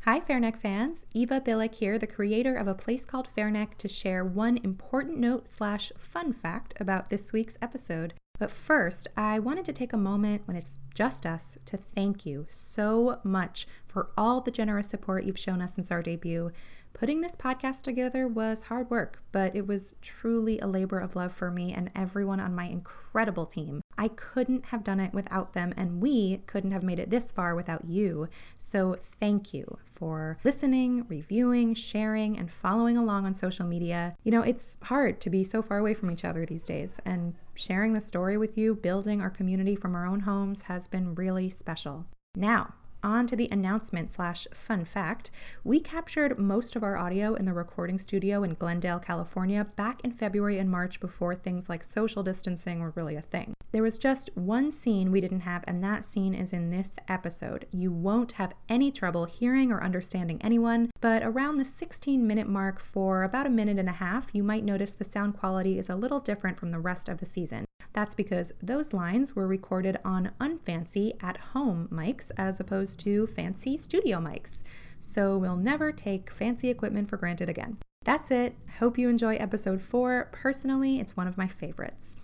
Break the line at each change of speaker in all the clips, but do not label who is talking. Hi, Fairneck fans. Eva Billick here, the creator of A Place Called Fairneck, to share one important note slash fun fact about this week's episode. But first, I wanted to take a moment when it's just us to thank you so much for all the generous support you've shown us since our debut. Putting this podcast together was hard work, but it was truly a labor of love for me and everyone on my incredible team. I couldn't have done it without them, and we couldn't have made it this far without you. So, thank you for listening, reviewing, sharing, and following along on social media. You know, it's hard to be so far away from each other these days, and sharing the story with you, building our community from our own homes, has been really special. Now, on to the announcement slash fun fact. We captured most of our audio in the recording studio in Glendale, California, back in February and March before things like social distancing were really a thing. There was just one scene we didn't have, and that scene is in this episode. You won't have any trouble hearing or understanding anyone, but around the 16 minute mark for about a minute and a half, you might notice the sound quality is a little different from the rest of the season. That's because those lines were recorded on unfancy at home mics as opposed to fancy studio mics. So we'll never take fancy equipment for granted again. That's it. Hope you enjoy episode four. Personally, it's one of my favorites.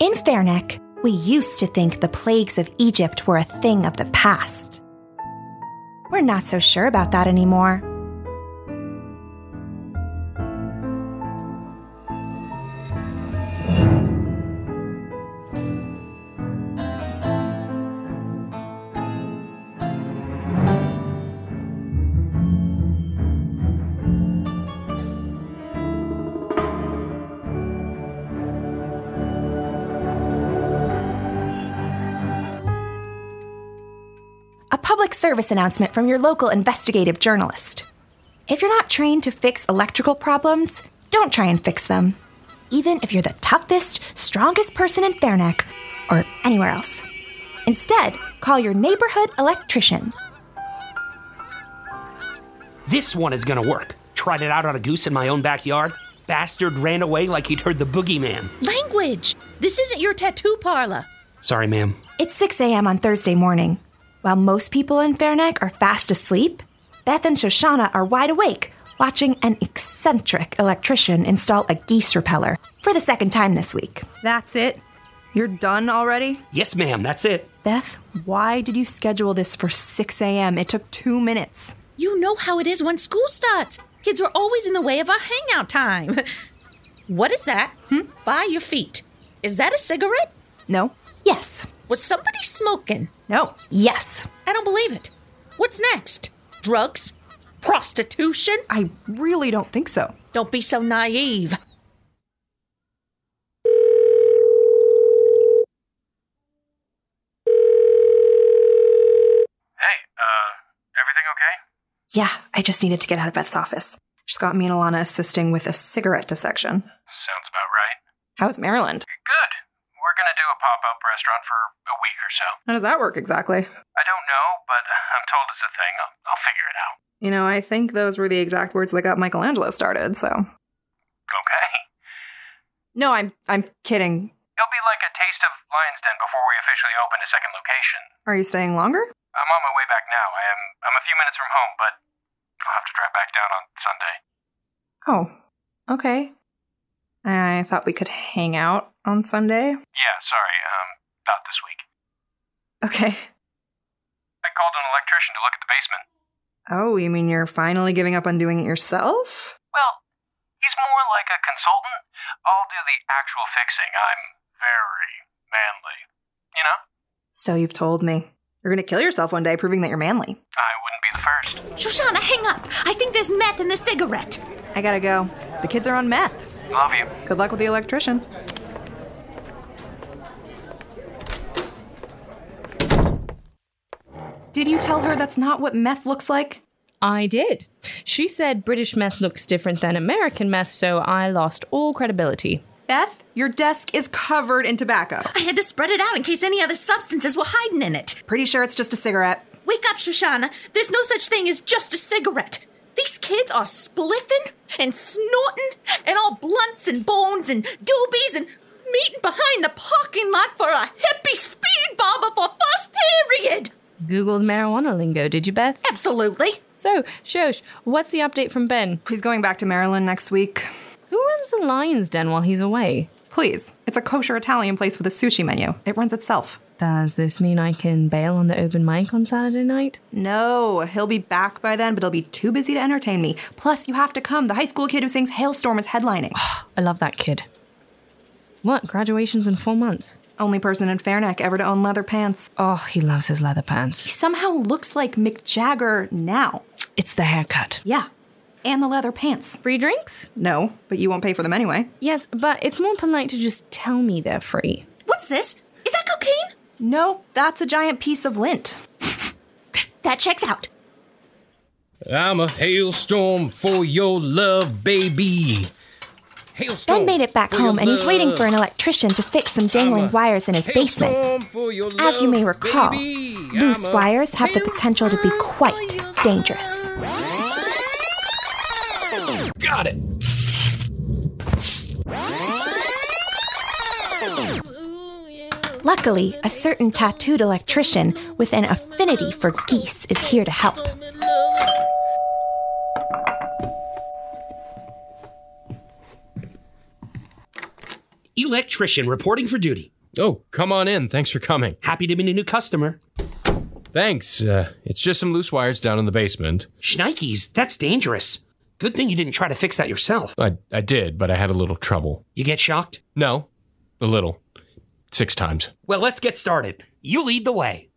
In Fairneck, we used to think the plagues of Egypt were a thing of the past. We're not so sure about that anymore. a public service announcement from your local investigative journalist. If you're not trained to fix electrical problems, don't try and fix them. Even if you're the toughest, strongest person in Fairneck or anywhere else. Instead, call your neighborhood electrician.
This one is gonna work. Tried it out on a goose in my own backyard. Bastard ran away like he'd heard the boogeyman.
Language! This isn't your tattoo parlor.
Sorry, ma'am.
It's 6 a.m. on Thursday morning. While most people in Fairneck are fast asleep, Beth and Shoshana are wide awake watching an eccentric electrician install a geese repeller for the second time this week.
That's it? You're done already?
Yes, ma'am, that's it.
Beth,
Why did you schedule this for 6 a.m.? It took two minutes.
You know how it is when school starts. Kids are always in the way of our hangout time. what is that? Hmm? By your feet. Is that a cigarette?
No?
yes,
Was somebody smoking?
No.
yes.
I don't believe it. What's next? Drugs? Prostitution?
I really don't think so.
Don't be so naive.
Hey, uh, everything okay?
Yeah, I just needed to get out of Beth's office. She's got me and Alana assisting with a cigarette dissection.
Sounds about right.
How's Maryland?
Good. We're gonna do a pop up restaurant for a week or so.
How does that work exactly?
I don't know, but I'm told it's a thing. I'll, I'll figure it out.
You know, I think those were the exact words that got Michelangelo started, so.
Okay.
No, I'm I'm kidding.
It'll be like a taste of Lion's Den before we officially open a second location.
Are you staying longer?
I'm on my way back now. I am. I'm a few minutes from home, but I'll have to drive back down on Sunday.
Oh, okay. I thought we could hang out on Sunday.
Yeah, sorry. Um, not this week.
Okay.
I called an electrician to look at the basement.
Oh, you mean you're finally giving up on doing it yourself?
Well, he's more like a consultant. I'll do the actual fixing. I'm very manly. You know?
So you've told me. You're gonna kill yourself one day proving that you're manly.
I wouldn't be the first.
Shoshana, hang up. I think there's meth in the cigarette.
I gotta go. The kids are on meth.
Love you.
Good luck with the electrician. Did you tell her that's not what meth looks like?
I did. She said British meth looks different than American meth, so I lost all credibility.
Beth, your desk is covered in tobacco.
I had to spread it out in case any other substances were hiding in it.
Pretty sure it's just a cigarette.
Wake up, Shoshana. There's no such thing as just a cigarette. These kids are spliffing and snorting and all blunts and bones and doobies and meeting behind the parking lot for a hippie speed ball before first
Googled marijuana lingo, did you, Beth?
Absolutely.
So, Shosh, what's the update from Ben?
He's going back to Maryland next week.
Who runs the lion's den while he's away?
Please. It's a kosher Italian place with a sushi menu. It runs itself.
Does this mean I can bail on the open mic on Saturday night?
No, he'll be back by then, but he'll be too busy to entertain me. Plus, you have to come. The high school kid who sings Hailstorm is headlining.
I love that kid. What? Graduation's in four months.
Only person in Fairneck ever to own leather pants.
Oh, he loves his leather pants.
Somehow looks like Mick Jagger now.
It's the haircut.
Yeah. And the leather pants.
Free drinks?
No, but you won't pay for them anyway.
Yes, but it's more polite to just tell me they're free.
What's this? Is that cocaine?
No, that's a giant piece of lint.
That checks out.
I'm a hailstorm for your love, baby. Hailstorm.
Ben made it back
Oh, for your
home and he's waiting
love.
for an electrician to fix some
I'm
dangling
a
wires in his basement.
Hailstorm for your
As you may
love,
recall,
baby.
loose
I'm a
wires have the potential to be
hailstorm
quite
for your
dangerous.
love. Got it.
Luckily, a certain tattooed electrician with an affinity for geese is here to help.
Electrician reporting for duty.
Oh, come on in. Thanks for coming.
Happy to meet a new customer.
Thanks. Uh, it's just some loose wires down in the basement.
Schnikes, that's dangerous. Good thing you didn't try to fix that yourself.
I, I did, but I had a little trouble.
You get shocked?
No, a little. Six times.
Well, let's get started. You lead the way.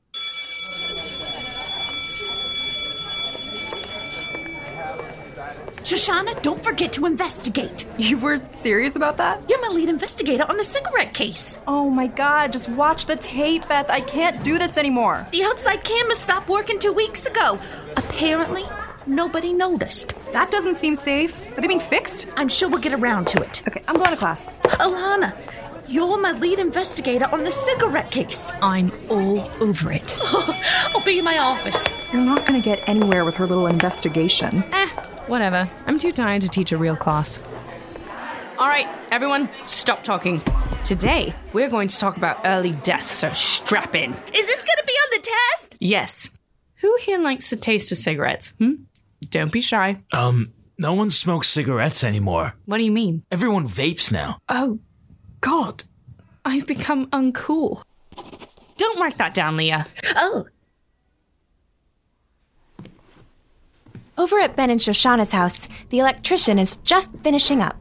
Shoshana, don't forget to investigate.
You were serious about that?
You're my lead investigator on the cigarette case.
Oh my god, just watch the tape, Beth. I can't do this anymore.
The outside cameras stopped working two weeks ago. Apparently, nobody noticed.
That doesn't seem safe. Are they being fixed?
I'm sure we'll get around to it.
Okay, I'm going to class.
Alana, you're my lead investigator on the cigarette case.
I'm all over it.
I'll be in my office.
You're not going to get anywhere with her little investigation.
eh, whatever. I'm too tired to teach a real class. All right, everyone, stop talking. Today, we're going to talk about early death, so strap in.
Is this gonna be on the test?
Yes. Who here likes the taste of cigarettes? Hmm? Don't be shy.
Um, no one smokes cigarettes anymore.
What do you mean?
Everyone vapes now.
Oh, God. I've become uncool. Don't write that down, Leah.
Oh,
Over at Ben and Shoshana's house, the electrician is just finishing up.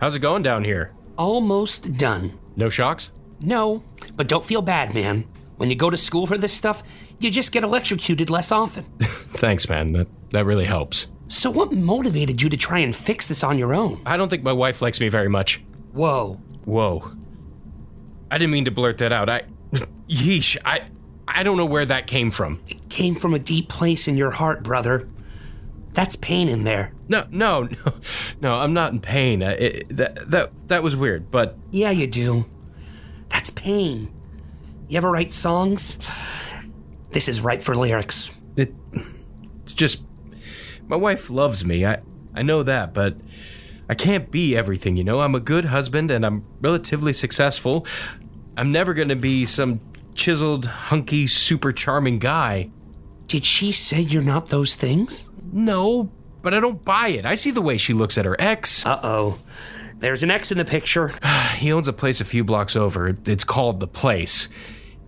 How's it going down here?
Almost done.
No shocks?
No, but don't feel bad, man. When you go to school for this stuff, you just get electrocuted less often.
Thanks, man. That, that really helps.
So, what motivated you to try and fix this on your own?
I don't think my wife likes me very much.
Whoa.
Whoa. I didn't mean to blurt that out. I. Yeesh. I. I don't know where that came from.
Came from a deep place in your heart, brother. That's pain in there.
No, no, no, no. I'm not in pain. I, it, that that that was weird, but
Yeah, you do. That's pain. You ever write songs? This is ripe for lyrics.
it, it's just my wife loves me. I I know that, but I can't be everything. You know, I'm a good husband and I'm relatively successful. I'm never gonna be some chiseled, hunky, super charming guy.
Did she say you're not those things?
No, but I don't buy it. I see the way she looks at her ex.
Uh oh. There's an X in the picture.
He owns a place a few blocks over. It's called The Place.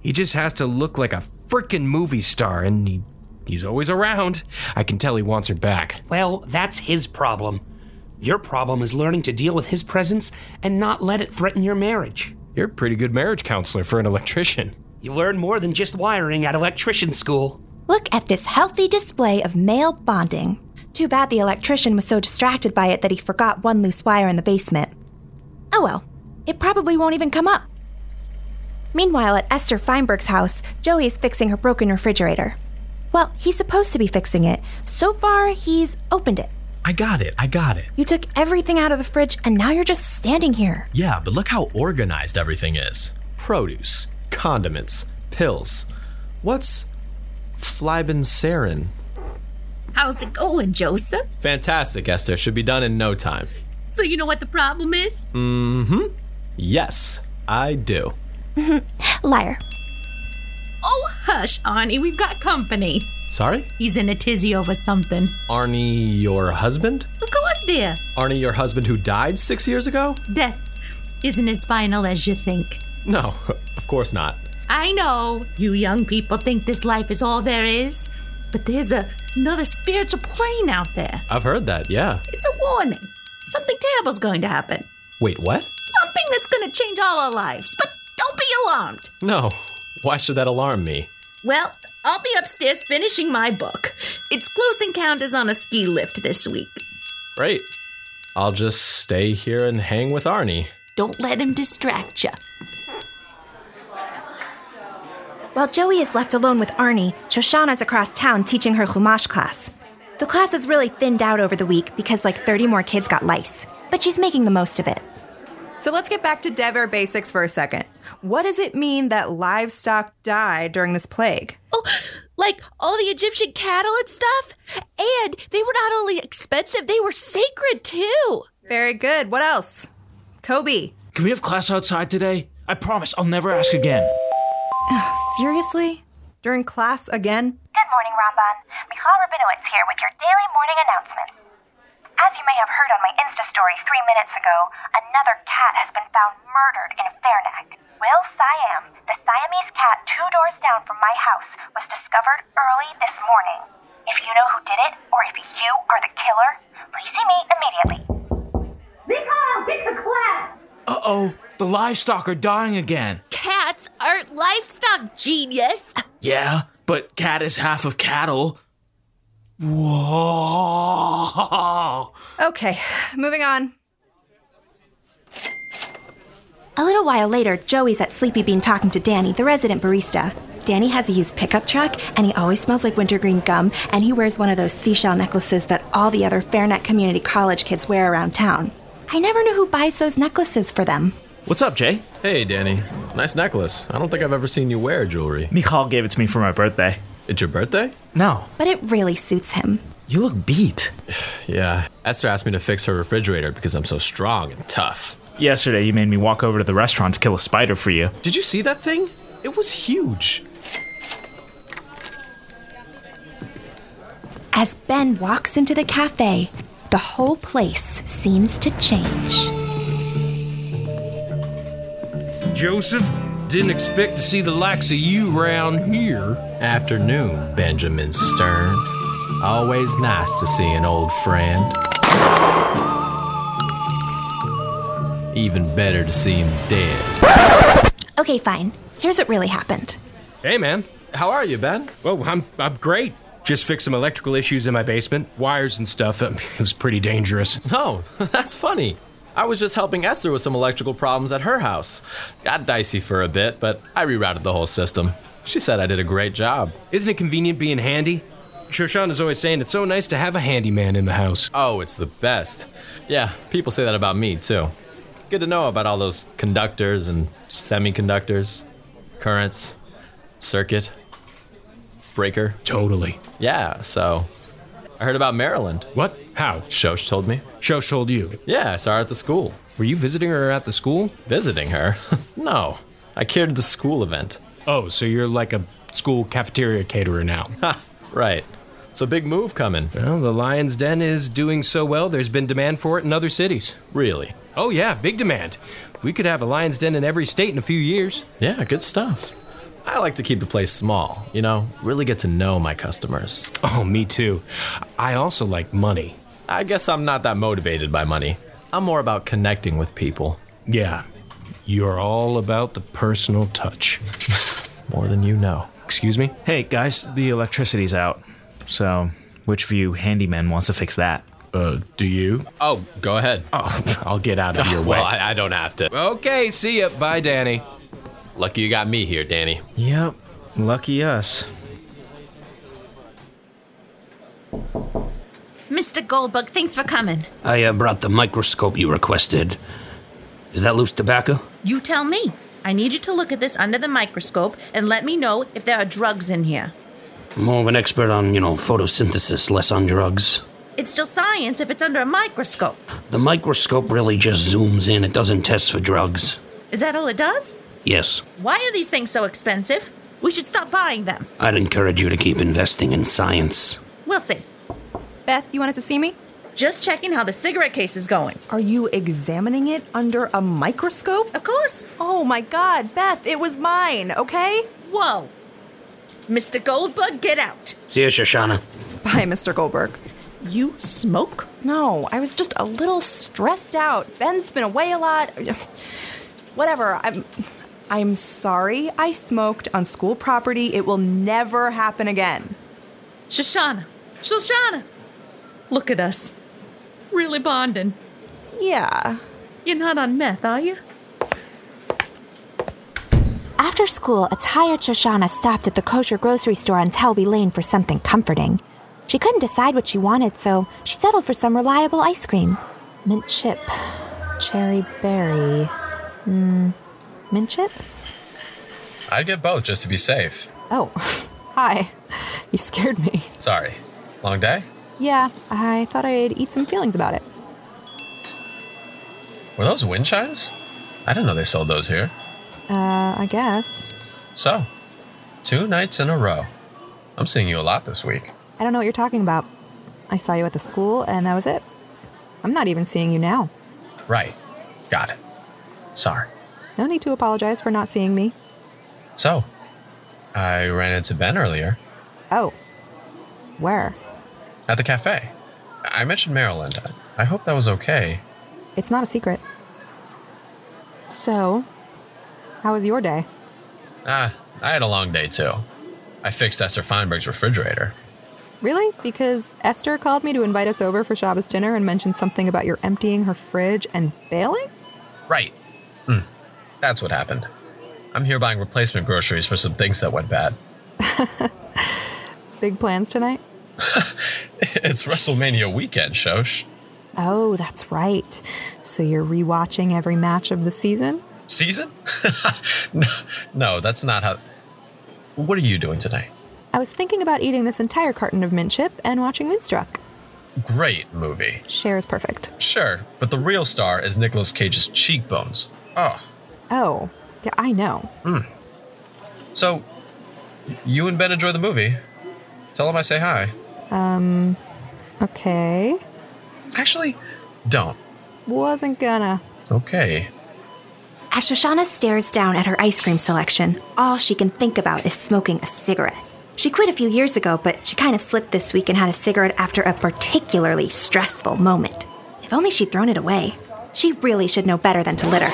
He just has to look like a freaking movie star, and he, he's always around. I can tell he wants her back.
Well, that's his problem. Your problem is learning to deal with his presence and not let it threaten your marriage.
You're a pretty good marriage counselor for an electrician.
You learn more than just wiring at electrician school.
Look at this healthy display of male bonding. Too bad the electrician was so distracted by it that he forgot one loose wire in the basement. Oh well, it probably won't even come up. Meanwhile, at Esther Feinberg's house, Joey is fixing her broken refrigerator. Well, he's supposed to be fixing it. So far, he's opened it.
I got it. I got it.
You took everything out of the fridge, and now you're just standing here.
Yeah, but look how organized everything is produce, condiments, pills. What's flibanserin?
how's it going, Joseph?
Fantastic, Esther. Should be done in no time.
So you know what the problem is?
Yes, I do.
Liar.
Oh, Hush, Arnie, we've got company.
Sorry?
He's in a tizzy over something.
Arnie, your husband?
Of course, dear.
Arnie, your husband who died six years ago?
Death isn't as final as you think.
No, of course not.
I know you young people think this life is all there is, but there's a, another spiritual plane out there.
I've heard that, yeah.
It's a warning. Something terrible's going to happen.
Wait, what?
Something that's going to change all our lives. But don't be alarmed.
No. Why should that alarm me?
Well, I'll be upstairs finishing my book. It's Close Encounters on a Ski Lift this week.
Great. I'll just stay here and hang with Arnie.
Don't let him distract you.
While Joey is left alone with Arnie, Shoshana's across town teaching her Chumash class. The class is really thinned out over the week because like 30 more kids got lice, but she's making the most of it.
So let's get back to Dever basics for a second. What does it mean that livestock died during this plague?
Oh, like all the Egyptian cattle and stuff? And they were not only expensive, they were sacred too.
Very good. What else? Kobe.
Can we have class outside today? I promise I'll never ask again.
Seriously? During class again?
Good morning, Ramban. Michal Rabinowitz here with your daily morning announcement. As you may have heard on my Insta story three minutes ago, another cat has been found murdered in Fairnack. Will Siam, the Siamese cat two doors down from my house, was discovered early this morning. If you know who did it, or if you are the killer, please see me immediately.
Michal, get to class!
Uh oh, the livestock are dying again.
Cats aren't livestock, genius.
Yeah, but cat is half of cattle. Whoa.
Okay, moving on.
A little while later, Joey's at Sleepy Bean talking to Danny, the resident barista. Danny has a used pickup truck, and he always smells like wintergreen gum, and he wears one of those seashell necklaces that all the other Fairnet Community College kids wear around town. I never know who buys those necklaces for them.
What's up, Jay? Hey, Danny. Nice necklace. I don't think I've ever seen you wear jewelry.
Michal gave it to me for my birthday.
It's your birthday?
No.
But it really suits him.
You look beat.
Yeah. Esther asked me to fix her refrigerator because I'm so strong and tough.
Yesterday, you made me walk over to the restaurant to kill a spider for you.
Did you see that thing? It was huge.
As Ben walks into the cafe, the whole place seems to change.
Joseph, didn't expect to see the likes of you round here.
Afternoon, Benjamin Stern. Always nice to see an old friend. Even better to see him dead.
Okay, fine. Here's what really happened.
Hey, man.
How are you, Ben?
Oh, I'm, I'm great. Just fixed some electrical issues in my basement, wires and stuff. Um, it was pretty dangerous.
Oh, that's funny. I was just helping Esther with some electrical problems at her house. Got dicey for a bit, but I rerouted the whole system. She said I did a great job.
Isn't it convenient being handy? Shoshana's always saying it's so nice to have a handyman in the house.
Oh, it's the best. Yeah, people say that about me, too. Good to know about all those conductors and semiconductors, currents, circuit, breaker.
Totally.
Yeah, so I heard about Maryland.
What? How?
Shosh told me.
Shosh told you.
Yeah, I saw her at the school.
Were you visiting her at the school?
Visiting her? no. I catered the school event.
Oh, so you're like a school cafeteria caterer now.
Ha, right. So big move coming.
Well, the Lion's Den is doing so well, there's been demand for it in other cities.
Really?
Oh, yeah, big demand. We could have a Lion's Den in every state in a few years.
Yeah, good stuff. I like to keep the place small, you know, really get to know my customers.
Oh, me too. I also like money.
I guess I'm not that motivated by money. I'm more about connecting with people.
Yeah, you're all about the personal touch.
More than you know.
Excuse me?
Hey, guys, the electricity's out. So, which of you handyman wants to fix that?
Uh, do you?
Oh, go ahead.
Oh, I'll get out of your way.
Well, I, I don't have to.
Okay, see ya. Bye, Danny.
Lucky you got me here, Danny.
Yep, lucky us.
Mr. Goldbug, thanks for coming.
I uh, brought the microscope you requested. Is that loose tobacco?
You tell me. I need you to look at this under the microscope and let me know if there are drugs in here.
More of an expert on, you know, photosynthesis, less on drugs.
It's still science if it's under a microscope.
The microscope really just zooms in, it doesn't test for drugs.
Is that all it does?
Yes.
Why are these things so expensive? We should stop buying them.
I'd encourage you to keep investing in science.
We'll see.
Beth, you wanted to see me?
Just checking how the cigarette case is going.
Are you examining it under a microscope?
Of course.
Oh my god, Beth, it was mine, okay?
Whoa. Mr. Goldbug, get out.
See you, Shoshana.
Bye, Mr. Goldberg.
You smoke?
No, I was just a little stressed out. Ben's been away a lot. Whatever. I'm I'm sorry I smoked on school property. It will never happen again.
Shoshana. Shoshana. Look at us. Really bonding.
Yeah.
You're not on meth, are you?
After school, a tired Shoshana stopped at the kosher grocery store on Talby Lane for something comforting. She couldn't decide what she wanted, so she settled for some reliable ice cream. Mint chip. Cherry berry. Mm, mint chip?
I'd get both just to be safe.
Oh, hi. You scared me.
Sorry. Long day?
Yeah, I thought I'd eat some feelings about it.
Were those wind chimes? I didn't know they sold those here.
Uh, I guess.
So, two nights in a row. I'm seeing you a lot this week.
I don't know what you're talking about. I saw you at the school, and that was it. I'm not even seeing you now.
Right. Got it. Sorry.
No need to apologize for not seeing me.
So, I ran into Ben earlier.
Oh. Where?
At the cafe. I mentioned Maryland. I hope that was okay.
It's not a secret. So, how was your day?
Ah, I had a long day too. I fixed Esther Feinberg's refrigerator.
Really? Because Esther called me to invite us over for Shabbos dinner and mentioned something about your emptying her fridge and bailing?
Right. Mm, that's what happened. I'm here buying replacement groceries for some things that went bad.
Big plans tonight?
it's WrestleMania weekend, Shosh.
Oh, that's right. So you're rewatching every match of the season?
Season? no, no, that's not how. What are you doing tonight?
I was thinking about eating this entire carton of mint chip and watching Moonstruck.
Great movie.
Cher is perfect.
Sure, but the real star is Nicolas Cage's cheekbones. Oh.
Oh, yeah, I know.
Mm. So, you and Ben enjoy the movie. Tell him I say hi.
Um, okay.
Actually, don't.
Wasn't gonna.
Okay.
As Shoshana stares down at her ice cream selection, all she can think about is smoking a cigarette. She quit a few years ago, but she kind of slipped this week and had a cigarette after a particularly stressful moment. If only she'd thrown it away. She really should know better than to litter.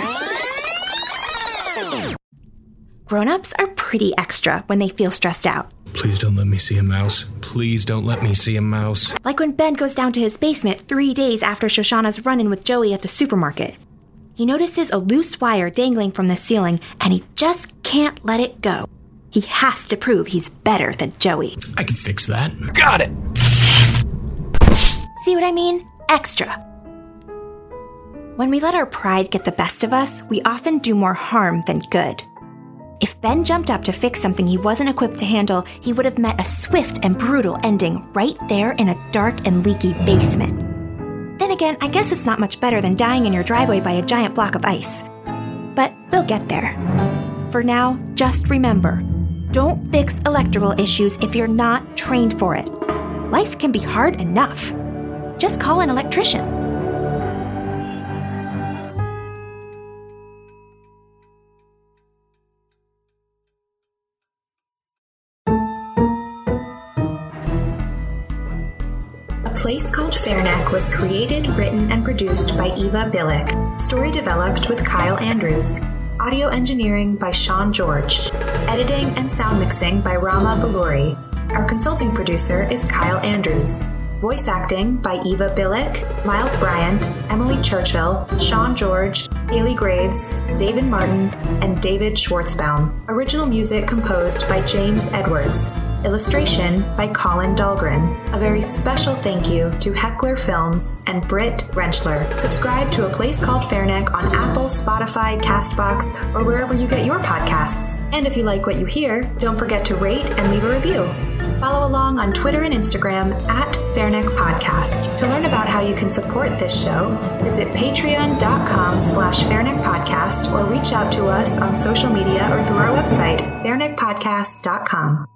Grown ups are pretty extra when they feel stressed out.
Please don't let me see a mouse. Please don't let me see a mouse.
Like when Ben goes down to his basement three days after Shoshana's run in with Joey at the supermarket. He notices a loose wire dangling from the ceiling and he just can't let it go. He has to prove he's better than Joey.
I can fix that. Got it!
See what I mean? Extra. When we let our pride get the best of us, we often do more harm than good. If Ben jumped up to fix something he wasn't equipped to handle, he would have met a swift and brutal ending right there in a dark and leaky basement. Then again, I guess it's not much better than dying in your driveway by a giant block of ice. But we'll get there. For now, just remember don't fix electrical issues if you're not trained for it. Life can be hard enough. Just call an electrician. Place Called Fairneck was created, written, and produced by Eva Billick. Story developed with Kyle Andrews. Audio engineering by Sean George. Editing and sound mixing by Rama Valuri. Our consulting producer is Kyle Andrews. Voice acting by Eva Billick, Miles Bryant, Emily Churchill, Sean George, Haley Graves, David Martin, and David Schwartzbaum. Original music composed by James Edwards. Illustration by Colin Dahlgren. A very special thank you to Heckler Films and Britt Rentschler. Subscribe to A Place Called Fairneck on Apple, Spotify, Castbox, or wherever you get your podcasts. And if you like what you hear, don't forget to rate and leave a review. Follow along on Twitter and Instagram at Fairneck Podcast. To learn about how you can support this show, visit patreon.com slash Fairneck Podcast or reach out to us on social media or through our website, fairneckpodcast.com.